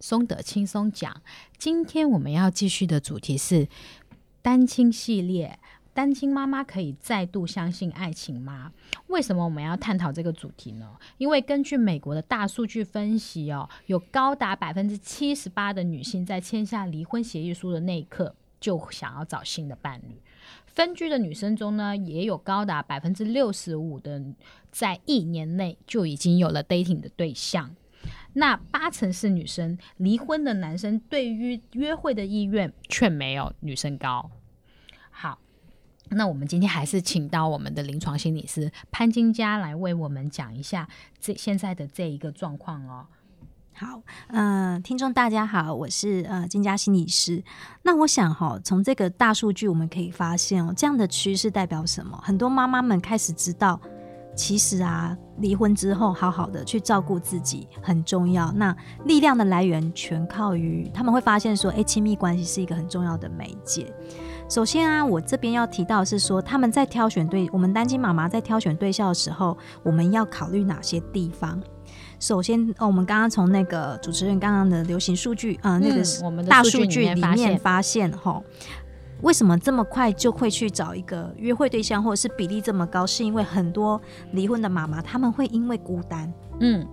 松的轻松讲。今天我们要继续的主题是单亲系列，单亲妈妈可以再度相信爱情吗？为什么我们要探讨这个主题呢？因为根据美国的大数据分析哦，有高达百分之七十八的女性在签下离婚协议书的那一刻就想要找新的伴侣。分居的女生中呢，也有高达百分之六十五的在一年内就已经有了 dating 的对象。那八成是女生，离婚的男生对于约会的意愿却没有女生高。好，那我们今天还是请到我们的临床心理师潘金佳来为我们讲一下这现在的这一个状况哦。好，呃，听众大家好，我是呃金家心理师。那我想哈、从这个大数据我们可以发现哦，这样的趋势代表什么？很多妈妈们开始知道，其实啊，离婚之后好好的去照顾自己很重要。那力量的来源全靠于他们会发现说，诶，亲密关系是一个很重要的媒介。首先啊，我这边要提到的是说，他们在挑选对我们单亲妈妈在挑选对象的时候，我们要考虑哪些地方？首先，哦，我们刚刚从那个主持人刚刚的流行数据，呃，那个嗯我们的大数数据据里里发面现，发现，吼，为什么这么快就会去找一个约会对象，或者是比例这么高？是因为很多离婚的妈妈，她们会因为孤单。嗯，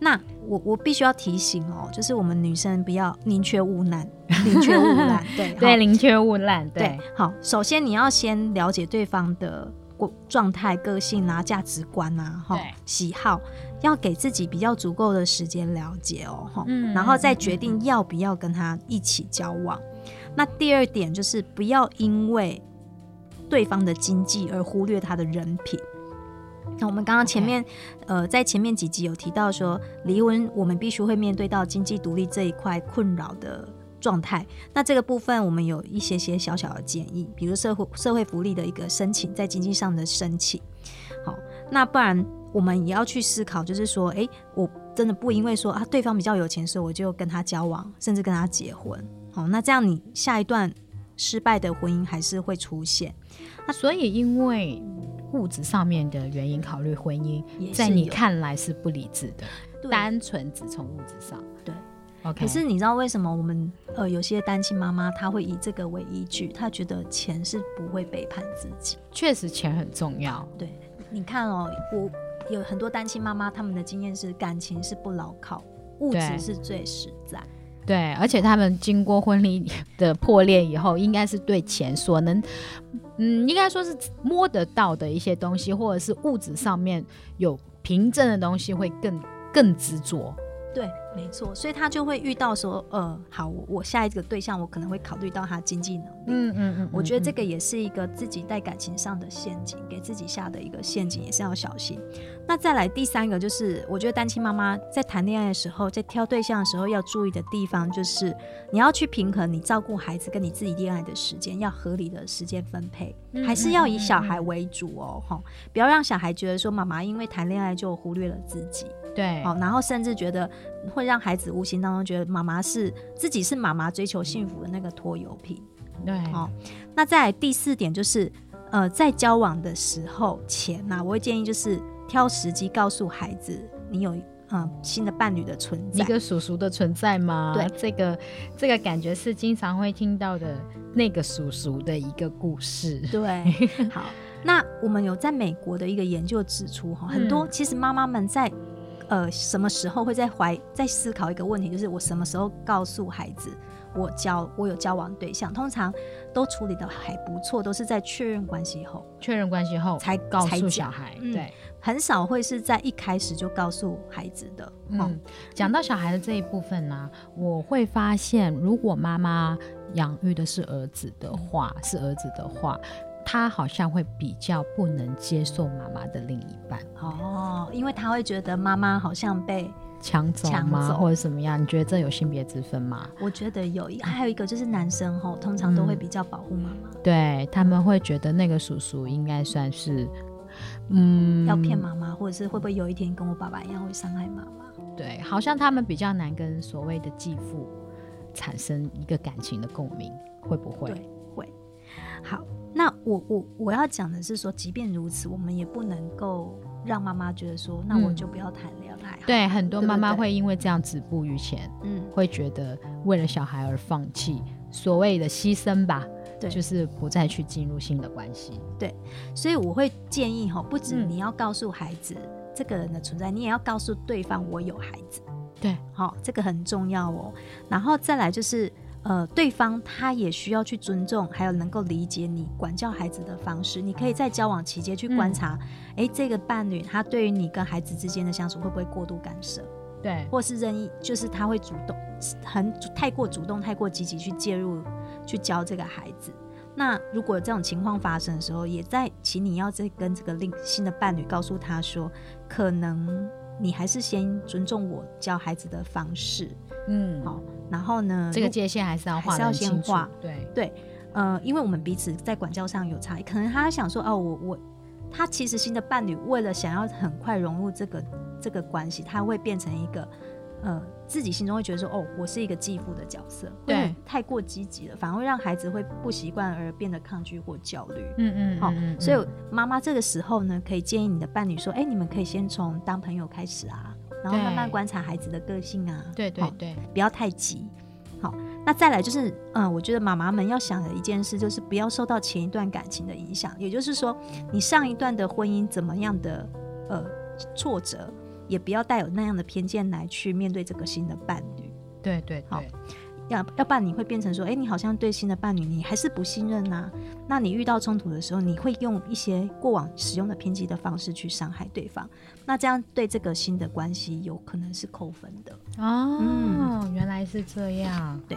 那我我必须要提醒哦，就是我们女生不要宁缺毋滥，宁缺毋滥，对对，好宁缺毋滥，对对，，好，首先你要先了解对方的过状态、个性啊、价值观啊，哈对，喜好，要给自己比较足够的时间了解哦，哈，嗯然后再决定要不要跟他一起交往。那第二点就是不要因为对方的经济而忽略他的人品。那我们刚刚前面呃，在前面几集有提到说，离婚我们必须会面对到经济独立这一块困扰的状态。那这个部分我们有一些些小小的建议，比如社会社会福利的一个申请，在经济上的申请。好，那不然我们也要去思考，就是说，诶，我真的不因为说啊对方比较有钱，所以我就跟他交往，甚至跟他结婚。好，那这样你下一段失败的婚姻还是会出现。所以因为物质上面的原因考虑婚姻，也在是你有看来是不理智的，对单纯只从物质上。对，OK，可是你知道为什么我们呃有些单亲妈妈她会以这个为依据，她觉得钱是不会背叛自己。确实钱很重要。你看哦，我有很多单亲妈妈，她们的经验是感情是不牢靠，物对质是最实在。对，而且他们经过婚礼的破裂以后，应该是对钱所能，嗯，应该说是摸得到的一些东西，或者是物质上面有凭证的东西，会更更执着。对，没错，所以她就会遇到说，呃，好，我我下一个对象，我可能会考虑到她经济能力。嗯嗯嗯我觉得这个个也是一个自己在感情上的陷阱，给自己下的一个陷阱，也是要小心。那再来第三个就是，我觉得单亲妈妈在谈恋爱的时候，在挑对象的时候要注意的地方，就是你要去平衡你照顾孩子跟你自己恋爱的时间，要合理的时间分配，嗯还是要以小孩为主哦，哈、不要让小孩觉得说妈妈因为谈恋爱就忽略了自己，对，好，然后甚至觉得会让孩子无形当中觉得妈妈是自己是妈妈追求幸福的那个拖油瓶。对，哦，那再来第四点就是，呃，在交往的时候前呐、我会建议就是挑时机告诉孩子你有嗯新的伴侣的存一在。个叔叔的存在吗？对，这个这个感觉是经常会听到的那个叔叔的一个故事。 对，好，那我们有在美国的一个研究指出哈，很多嗯其实妈妈们在。呃，什么时候会在怀在思考一个问题，就是我什么时候告诉孩子我交我有交往对象？通常都处理的还不错，都是在确认关系后。确认关系后才告才诉讲小孩，嗯对，很少会是在一开始就告诉孩子的。哦嗯，讲到小孩的这一部分呢、我会发现，如果妈妈养育的是儿子的话，是儿子的话，他好像会比较不能接受妈妈的另一半，哦，因为他会觉得妈妈好像被，抢走抢吗，走或者怎么样？你觉得这有性别之分吗？我觉得有一还有一个就是男生吼，通常都会比较保护妈妈，对他们会觉得那个叔叔应该算是，嗯，要骗妈妈，或者是会不会有一天跟我爸爸一样会伤害妈妈？对，好像他们比较难跟所谓的继父产生一个感情的共鸣，会不会？对，会。好，那我我我要讲的是说，即便如此，我们也不能够让妈妈觉得说，那我就不要谈恋爱。，嗯对，很多对不妈妈对会因为这样止步于前，嗯，会觉得为了小孩而放弃，所谓的牺牲吧，对就是不再去进入新的关系。所以我会建议哈，不止嗯你要告诉孩子这个人的存在，你也要告诉对方我有孩子。对，好、这个很重要哦。然后再来就是，呃，对方他也需要去尊重，还有能够理解你管教孩子的方式。你可以在交往期间去嗯观察，诶，这个伴侣他对于你跟孩子之间的相处会不会过度干涉，对，或是任意，就是他会主动，很太过主动、太过积极去介入、去教这个孩子。那如果有这种情况发生的时候，也在请你要再跟这个另新的伴侣告诉他说，可能你还是先尊重我教孩子的方式，嗯，好，然后呢，这个如界限还是要画还是的要很先清楚画。对，呃，因为我们彼此在管教上有差异，可能他想说，哦，我我他其实新的伴侣为了想要很快融入这个这个关系，他会变成一个呃自己心中会觉得说，哦，我是一个继父的角色，会对很太过积极了，反而会让孩子会不习惯而变得抗拒或焦虑。嗯嗯，好、嗯嗯所以嗯妈妈这个时候呢，可以建议你的伴侣说，哎，你们可以先从当朋友开始啊，然后慢慢对观察孩子的个性啊，对好对对，不要太急。好，那再来就是，嗯，我觉得妈妈们要想的一件事就是不要受到前一段感情的影响，也就是说，你上一段的婚姻怎么样的呃挫折，也不要带有那样的偏见来去面对这个新的伴侣，对对好对，要要不然你会变成说，哎，你好像对新的伴侣你还是不信任呐、那你遇到冲突的时候，你会用一些过往使用的偏激的方式去伤害对方，那这样对这个新的关系有可能是扣分的。哦，嗯原来是这样。对。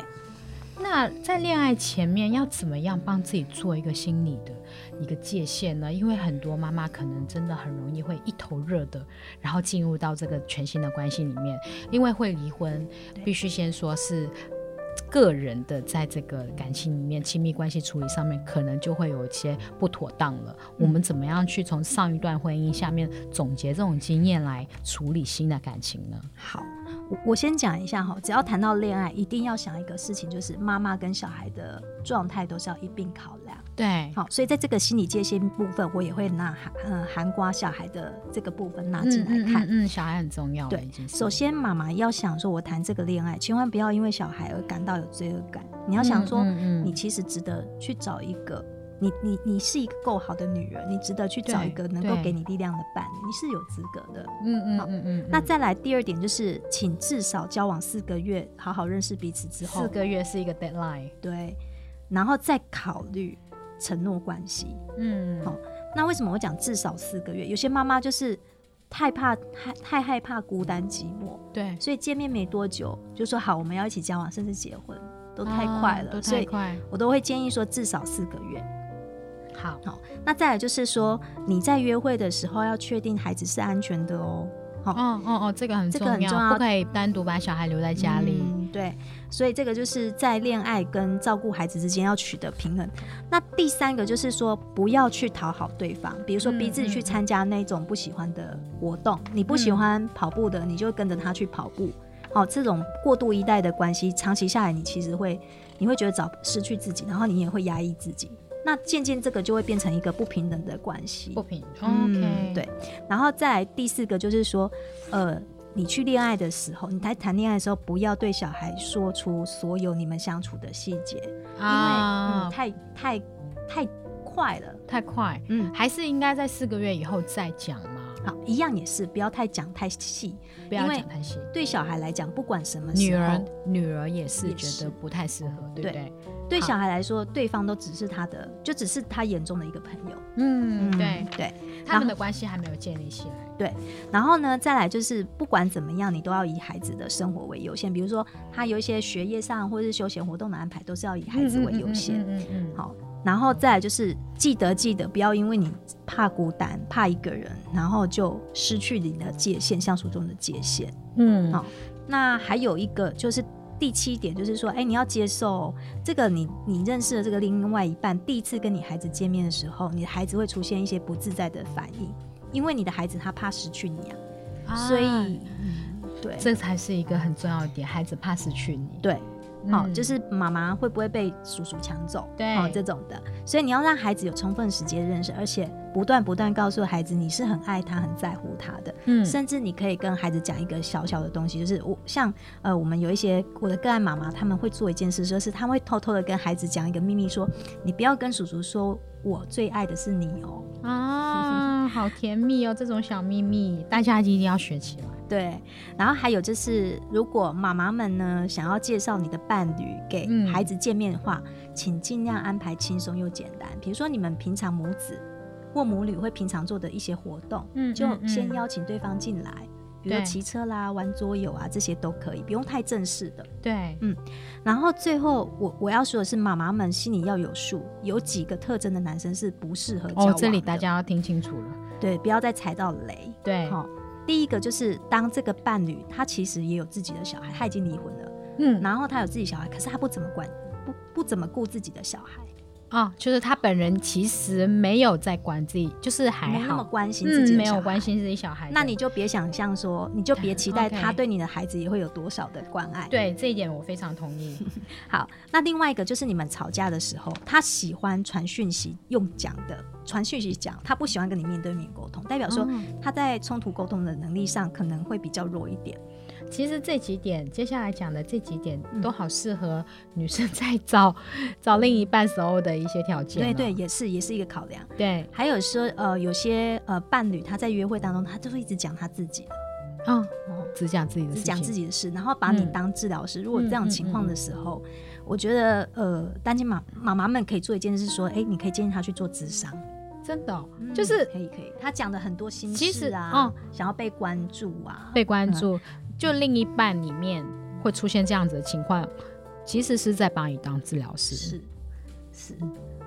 那在恋爱前面要怎么样帮自己做一个心理的一个界限呢？因为很多妈妈可能真的很容易会一头热的，然后进入到这个全新的关系里面，因为会离婚，必须先说是个人的在这个感情里面亲密关系处理上面，可能就会有一些不妥当了。嗯我们怎么样去从上一段婚姻下面总结这种经验来处理新的感情呢？好，我我先讲一下哈，只要谈到恋爱，一定要想一个事情，就是妈妈跟小孩的状态都是要一并考量。对，好，所以在这个心理界限部分，我也会拿含呃含瓜小孩的这个部分拿进来看。嗯嗯嗯嗯，小孩很重要的对一件事。首先，妈妈要想说，我谈这个恋爱，千万不要因为小孩而感到有罪恶感。你要想说，嗯嗯你其实值得去找一个，你你你是一个够好的女人，你值得去找一个对能够对给你力量的伴侣，你是有资格的。嗯嗯好嗯嗯，那再来第二点就是，请至少交往四个月，好好认识彼此之后，四个月是一个 deadline，对，然后再考虑承诺关系。嗯，好那为什么我讲至少四个月？有些妈妈就是太怕太太害怕孤单寂寞，对，所以见面没多久就说好我们要一起交往，甚至结婚，都太快了，啊都所太以快。我都会建议说至少四个月。好，好，那再来就是说你在约会的时候要确定孩子是安全的哦。好，哦哦哦，这个很这重个很重要不可以单独把小孩留在家里。嗯对，所以这个就是在恋爱跟照顾孩子之间要取得平衡。那第三个就是说，不要去讨好对方，比如说嗯逼自己去嗯参加那种不喜欢的活动，你不喜欢跑步的，你就跟着他去跑步。哦，这种过度依赖的关系，长期下来，你其实会，你会觉得早失去自己，然后你也会压抑自己。那渐渐这个就会变成一个不平等的关系，不平嗯，OK，，对，然后再来第四个就是说，呃，你去恋爱的时候，你在谈恋爱的时候，不要对小孩说出所有你们相处的细节，因为、啊嗯、，太太太快了。太快，嗯，还是应该在四个月以后再讲嘛，好，一样也是，不要太讲太细。不要因为讲太细。对小孩来讲，不管什么时候女儿，女儿也是也觉是得不太适合，对不对对？对好小孩来说，对方都只是他的，就只是他眼中的一个朋友。嗯，对，对。他们的关系还没有建立起来。然后呢，再来就是不管怎么样，你都要以孩子的生活为优先。比如说，他有一些学业上或是休闲活动的安排，都是要以孩子为优先。嗯嗯嗯，好，然后再来就是记得记得，不要因为你怕孤单、怕一个人，然后就失去你的界限，相处中的界限。嗯，好那还有一个就是第七点，就是说，哎，你要接受这个你你认识的这个另外一半，第一次跟你孩子见面的时候，你的孩子会出现一些不自在的反应，因为你的孩子他怕失去你啊，啊所以、嗯、对这才是一个很重要的点，孩子怕失去你。对。好、嗯就是妈妈会不会被叔叔抢走，对好这种的。所以你要让孩子有充分时间认识，而且不断不断告诉孩子你是很爱他、很在乎他的。嗯甚至你可以跟孩子讲一个小小的东西，就是我像呃，我们有一些我的个案妈妈，他们会做一件事，就是他们会偷偷的跟孩子讲一个秘密说，你不要跟叔叔说我最爱的是你哦。 啊，好甜蜜哦，这种小秘密，大家一定要学起来。对，然后还有就是，如果妈妈们呢想要介绍你的伴侣给嗯孩子见面的话，请尽量安排轻松又简单，比如说你们平常母子或母女会平常做的一些活动，嗯就嗯嗯先邀请对方进来，比如说对骑车啦、玩桌游啊这些都可以，不用太正式的。对，然后最后我我要说的是，妈妈们心里要有数，有几个特征的男生是不适合交往哦，的。这里大家要听清楚了。对，不要再踩到雷。对，好、第一个就是当这个伴侣他其实也有自己的小孩，他已经离婚了，嗯，然后他有自己小孩，可是他不怎么管，不不怎么顾自己的小孩，哦，就是他本人其实没有在管自己，就是还没那么好，关心自己嗯，没的、有关。心自己小孩的。那你就别想象说，你就别期待 OK 他对你的孩子也会有多少的关爱。对这一点我非常同 意。好，那另外一个就是你们吵架的时候，他喜欢传讯息用讲的，传讯息讲，他不喜欢跟你面对面沟通，代表说哦他在冲突沟通的能力上可能会比较弱一点。其实这几点，接下来讲的这几点都好适合女生在找、找另一半时候的一些条件哦、对对，也是也是一个考量。对，还有说，呃，有些呃伴侣他在约会当中，他就会一直讲他自己，嗯，哦，只讲自己的事只情，讲自己的事，然后把你嗯当治疗师。如果有嗯这种嗯情嗯况的时候，我觉得呃，单亲妈妈妈们可以做一件事，说，哎，你可以建议他去做智商，真的哦、嗯就是可以可以，他讲的很多心其事实啊哦，想要被关注啊，被关注。就另一半里面会出现这样子的情况，其实是在把你当治疗师，是是，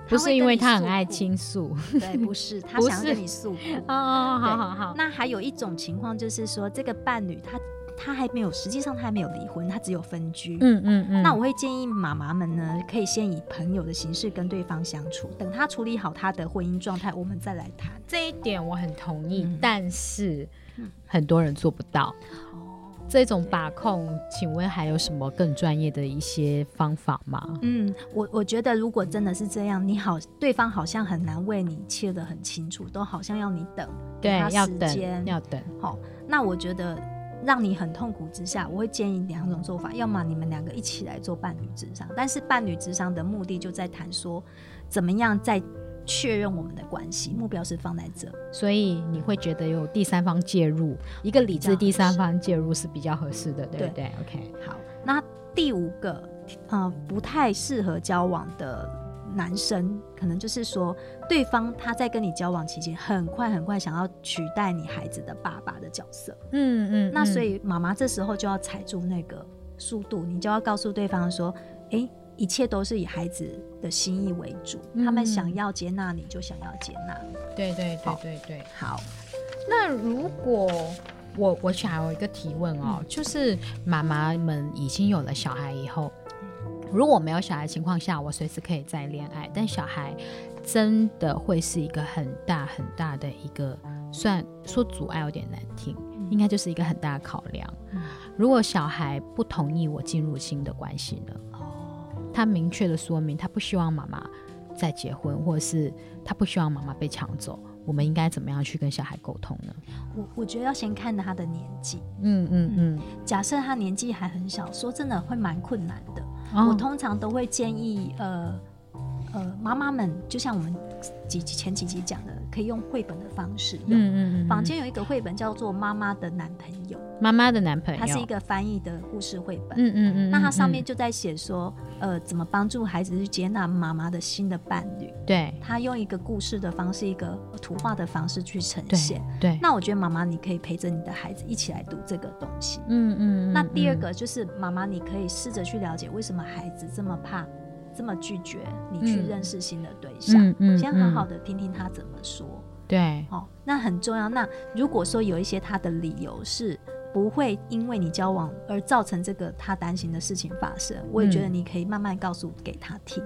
不会是跟因为你他诉很爱苦，倾诉。 对，不是，他不想要跟是你诉苦。哦哦，好好好，那还有一种情况就是说，这个伴侣他他还没有，实际上他还没有离婚，他只有分居，嗯嗯嗯，那我会建议妈妈们呢，可以先以朋友的形式跟对方相处，等他处理好他的婚姻状态，我们再来谈。这一点我很同意，嗯但是嗯很多人做不到。哦，这种把控，请问还有什么更专业的一些方法吗？嗯，我我觉得如果真的是这样，你好，对方好像很难为你切得很清楚，都好像要你等，对给他，要时间等，要等。好、那我觉得让你很痛苦之下，我会建议两种做法，要么你们两个一起来做伴侣智商，但是伴侣智商的目的就在谈说怎么样在确认我们的关系，目标是放在这。所以你会觉得有第三方介入，一个理智第比较合适三方介入是比较合适的，对不对？OK，好，那第五个，呃，不太适合交往的男生，可能就是说，对方他在跟你交往期间，很快很快想要取代你孩子的爸爸的角色，嗯嗯那所以妈妈这时候就要踩住那个速度，你就要告诉对方说，诶，一切都是以孩子的心意为主，他们嗯想要接纳你就想要接纳你。对对对好对对。好，那如果我我想有一个提问哦，就是妈妈们已经有了小孩以后，如果没有小孩的情况下，我随时可以再恋爱，但小孩真的会是一个很大很大的一个，虽然说阻碍有点难听，应该就是一个很大的考量。嗯如果小孩不同意我进入新的关系呢？哦，他明确的说明，他不希望妈妈再结婚，或者是他不希望妈妈被抢走，我们应该怎么样去跟小孩沟通呢？我我觉得要先看他的年纪，嗯嗯嗯，假设他年纪还很小，说真的会蛮困难的。嗯我通常都会建议，呃呃，妈妈们，就像我们几几前几集讲的，可以用绘本的方式用。嗯坊间有一个绘本叫做《妈妈的男朋友》，妈妈的男朋友，它是一个翻译的故事绘本。嗯嗯嗯，那它上面就在写说，呃，怎么帮助孩子去接纳妈妈的新的伴侣。嗯对他用一个故事的方式，一个图画的方式去呈对现。对，那我觉得妈妈，你可以陪着你的孩子一起来读这个东西。嗯嗯，那第二个就是妈妈，你可以试着去了解为什么孩子这么怕、这么拒绝你去嗯认识新的对象，嗯嗯，先好好的听听他怎么说。对，哦，那很重要。那如果说有一些他的理由是不会因为你交往而造成这个他担心的事情发生，我也觉得嗯你可以慢慢告诉给他听，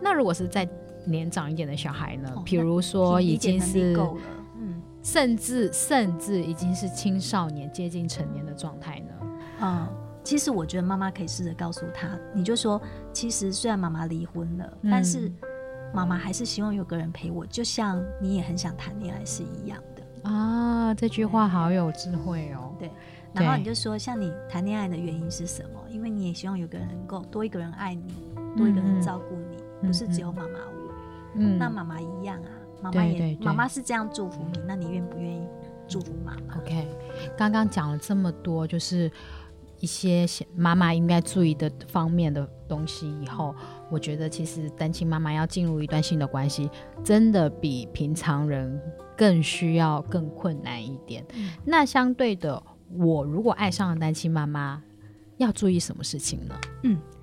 那如果是再年长一点的小孩呢哦？比如说理已经解能力是够了。嗯甚至甚至已经是青少年接近成年的状态呢？嗯，其实我觉得妈妈可以试着告诉他，你就说，其实虽然妈妈离婚了，但是嗯妈妈还是希望有个人陪我，就像你也很想谈恋爱是一样的。啊，这句话好有智慧哦。对然后对你就说，像你谈恋爱的原因是什么？因为你也希望有个人能够多一个人爱你，多一个嗯人嗯照顾你，嗯不是嗯只有妈妈我。嗯那妈妈一样啊，妈妈对也对对妈妈是这样祝福你，那你愿不愿意祝福妈妈？ OK，刚刚讲了这么多，就是一些小妈妈应该注意的方面的东西。以后，我觉得其实单亲妈妈要进入一段新的关系，真的比平常人更需要、更困难一点。嗯那相对的，我如果爱上了单亲妈妈，要注意什么事情呢？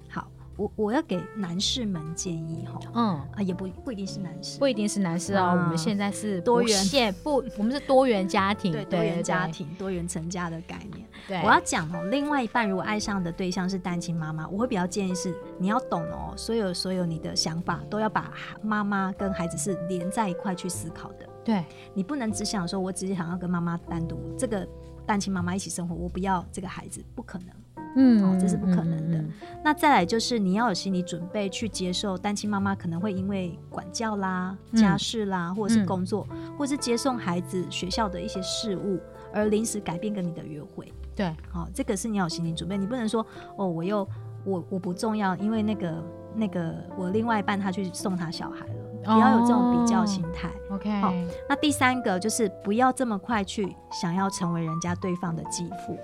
好，我我要给男士们建议哈，嗯。啊，也不不一定是男士，不一定是男士哦，嗯我们现在是多元不限不，我们是多元家庭，对多元家，庭、多元成家的概念。对，我要讲哦，另外一半如果爱上的对象是单亲妈妈，我会比较建议是你要懂哦，所有所有你的想法都要把妈妈跟孩子是连在一块去思考的，对，你不能只想说我只是想要跟妈妈单独这个单亲妈妈一起生活，我不要这个孩子，不可能。嗯哦这是不可能的嗯嗯那再来就是你要有心理准备去接受单亲妈妈可能会因为管教啦、嗯家事啦，或者是工作，或是接送孩子学校的一些事务，而临时改变跟你的约会。嗯对，好、这个是你要有心理准备，你不能说哦，我又我我不重要，因为那个那个我另外一半他去送他小孩了，不要有这种比较心态。 OK，好那第三个就是不要这么快去想要成为人家对方的继父。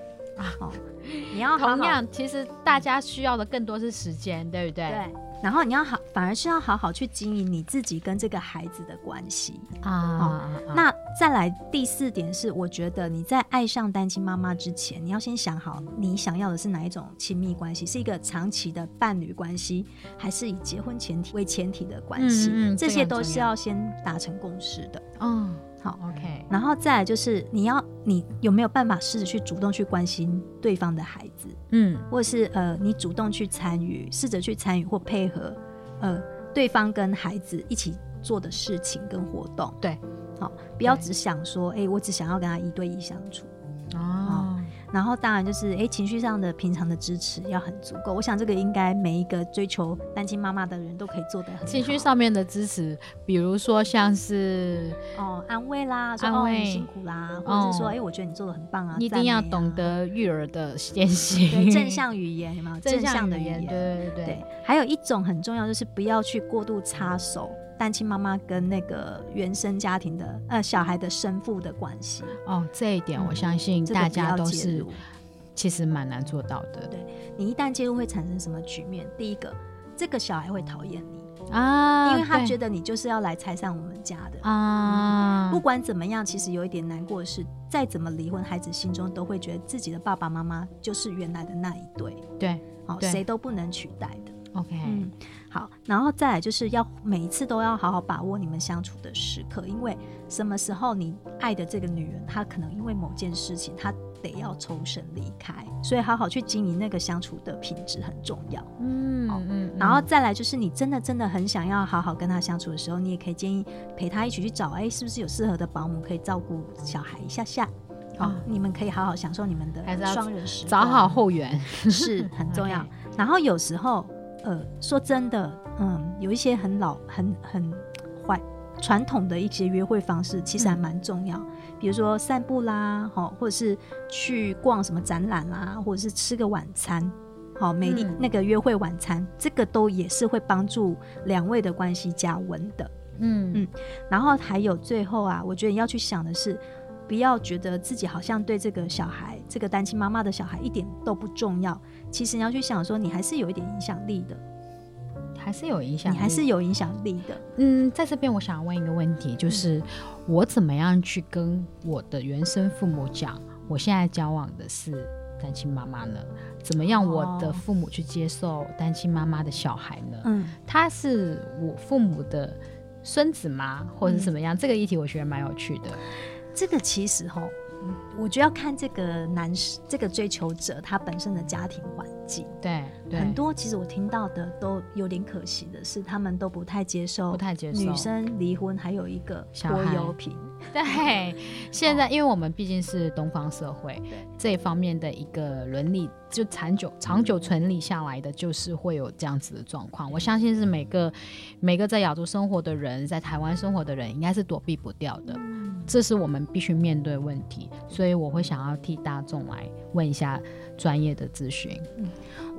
哦，你要好好啊同样，其实大家需要的更多是时间，对不对？对，然后你要好，反而是要好好去经营你自己跟这个孩子的关系。啊啊，啊那再来第四点是，我觉得你在爱上单亲妈妈之前，你要先想好你想要的是哪一种亲密关系，是一个长期的伴侣关系，还是以结婚前提为前提的关系？嗯嗯这这些样都是这样要先达成共识的。嗯，好，OK，然后再来就是，你要你有没有办法试着去主动去关心对方的孩子？嗯或是呃，你主动去参与，试着去参与或配合，呃，对方跟孩子一起做的事情跟活动。对，好、不要对只想说，哎、我只想要跟他一对一相处。哦，然后当然就是，哎、情绪上的平常的支持要很足够。我想这个应该每一个追求单亲妈妈的人都可以做得很好。情绪上面的支持，比如说像是哦，安慰啦，说安慰哦你辛苦啦，或者是说，哦哎、我觉得你做的很棒啊，你一赞定要美啊懂得育儿的艰辛，对正向语言有没有？ 正向的语言，对对对，还有一种很重要就是不要去过度插手单亲妈妈跟那个原生家庭的呃小孩的生父的关系，哦，这一点我嗯相信这大个不家要都介是入。其实蛮难做到的你一旦介入会产生什么局面？第一个，这个小孩会讨厌你，啊，因为他觉嗯得得你就是要来拆散我们家嗯的。啊不，管怎么样，其实有一点难过的是，再怎么离婚，孩子心中都会觉得自己的爸爸妈妈就是原来的那一对，对哦，对谁都不能取代的。 ，OK，嗯，好，然后再来就是要每一次都要好好把握你们相处的时刻，因为什么时候你爱的这个女人，她可能因为某件事情，她得要抽身离开，所以好好去经营那个相处的品质很重要。嗯好嗯，然后再来就是你真的真的很想要好好跟她相处的时候，你也可以建议陪她一起去找，哎，是不是有适合的保姆可以照顾小孩一下下？好、啊你们可以好好享受你们的还是要双人时找光好后援， 是很重要 OK。然后有时候，呃，说真的，嗯，有一些很老、很很怀传统的一些约会方式，其实还嗯蛮重要。比如说散步啦，哈，或者是去逛什么展览啦，或者是吃个晚餐。好，美丽、嗯那个约会晚餐，这个都也是会帮助两位的关系加温的。嗯然后还有最后啊，我觉得你要去想的是，不要觉得自己好像对这个小孩，这个单亲妈妈的小孩一点都不重要。其实你要去想说，你还是有一点影响力的，还是有影响嗯你力，还是有影响力的。嗯，在这边我想问一个问题，嗯就是我怎么样去跟我的原生父母讲，我现在交往的是单亲妈妈呢？怎么样我的哦父母去接受单亲妈妈的小孩呢？嗯，他是我父母的孙子吗，或嗯者是怎么样？这个议题我觉得蛮有趣的。这个其实哈，嗯我觉得要看这个男士这个追求者他本身的家庭环境。对对，很多其实我听到的都有点可惜的是，他们都不太接受不太接受女生离婚还有一个小拖孩油瓶，对，现哦在因为我们毕竟是东方社会对，这一方面的一个伦理就长久长嗯久存理下来的，就是会有这样子的状况。我相信是每个每个在亚洲生活的人，在台湾生活的人，应该是躲避不掉的。嗯这是我们必须面对的问题，所以我会想要替大众来问一下专业的咨询。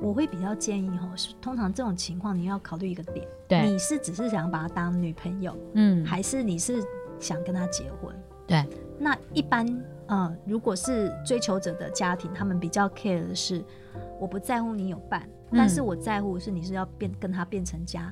我会比较建议哈，是通常这种情况你要考虑一个点，对，你是只是想把她当女朋友，嗯，还是你是想跟她结婚？对，那一般呃，如果是追求者的家庭，他们比较 care 的是，我不在乎你有伴，嗯但是我在乎是你是要变跟他变成家。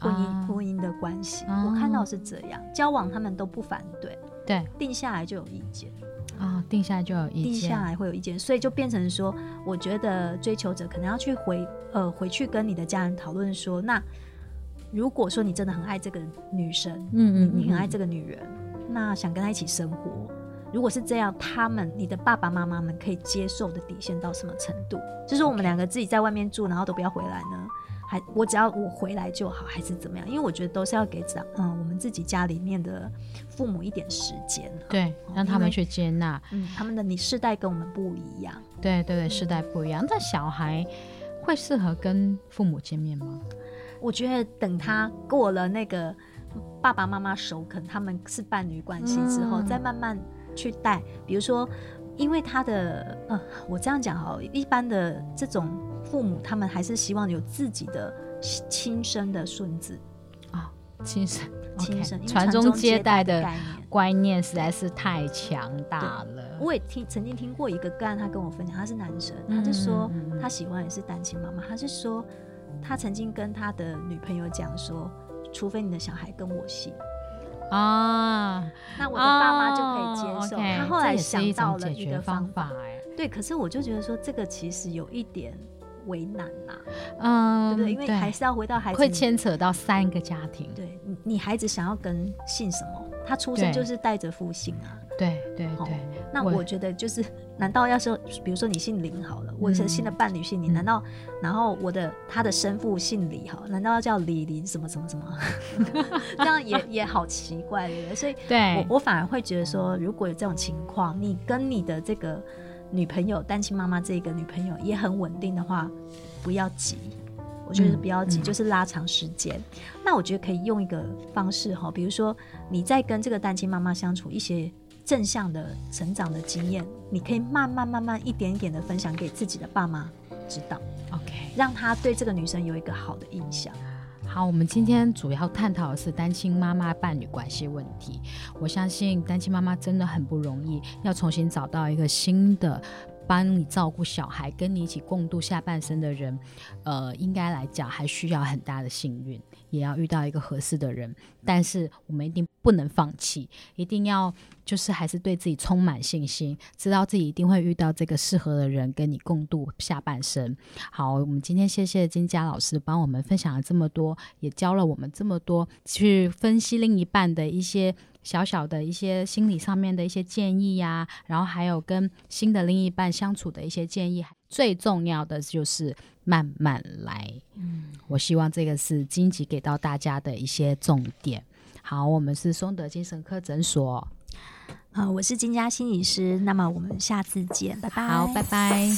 婚姻、啊婚姻的关系，啊我看到是这样，交往他们都不反对，对定下来就有意见，啊、定下来就有意定见下。来会有意见，所以就变成说，我觉得追求者可能要去回呃回去跟你的家人讨论说，那如果说你真的很爱这个女生，嗯你很爱这个女人，那想跟她一起生活。如果是这样，他们你的爸爸妈妈们可以接受的底线到什么程度？就是我们两个自己在外面住，然后都不要回来呢？还我只要我回来就好，还是怎么样？因为我觉得都是要给长嗯我们自己家里面的父母一点时间，嗯对，让他哦因为们去接纳。嗯，他们的你世代跟我们不一样，对对对，世代不一样。但小孩会适合跟父母见面 吗？我觉得等他过了那个爸爸妈妈首肯，他们是伴侣关系之后，嗯再慢慢去带。比如说，因为他的呃，我这样讲好了，一般的这种父母，他们还是希望有自己的亲亲生的孙子，亲生，亲 OK，生因为传宗接代的的概念。 观念实在是太强大了。我也听曾经听过一个个案，他跟我分享，他是男生，嗯他就说嗯嗯嗯他喜欢也是单亲妈妈，他是说他曾经跟他的女朋友讲说，除非你的小孩跟我姓。啊，那我的爸妈就可以接受。哦，OK，他后来这也是想一到种解了一个决方方法，法哎，对。可是我就觉得说，这个其实有一点为难呐、对嗯，不对？因为还是要回到孩子会你牵扯到三个家庭。对你，你孩子想要跟姓什么，他出对生就是带着父姓啊。对对哦对，那我我觉得就是，难道要是比如说你姓林好了，我的新的伴侣姓嗯林，难道然后我的他的生父姓李好，难道要叫李林什么什么什么？ 这样也也好奇怪，对不对？所以对我我反而会觉得说，如果有这种情况，你跟你的这个女朋友单亲妈妈这个女朋友也很稳定的话，不要急。我觉得不要急，嗯嗯就是拉长时间。那我觉得可以用一个方式哈，比如说你在跟这个单亲妈妈相处一些正向的成长的经验，你可以慢慢慢慢一点一点的分享给自己的爸妈知道， ，OK。让他对这个女生有一个好的印象。好，我们今天主要探讨的是单亲妈妈伴侣关系问题。我相信单亲妈妈真的很不容易，要重新找到一个新的帮你照顾小孩、跟你一起共度下半生的人，呃，应该来讲还需要很大的幸运，也要遇到一个合适的人。但是我们一定不能放弃，一定要就是还是对自己充满信心，知道自己一定会遇到这个适合的人跟你共度下半生。好，我们今天谢谢金佳老师帮我们分享了这么多，也教了我们这么多去分析另一半的一些小小的一些心理上面的一些建议呀、然后还有跟新的另一半相处的一些建议。最重要的就是慢慢来。嗯，我希望这个是金吉给到大家的一些重点。好，我们是松德精神科诊所。啊、我是金家心理师，那么我们下次见，拜拜。好，拜拜。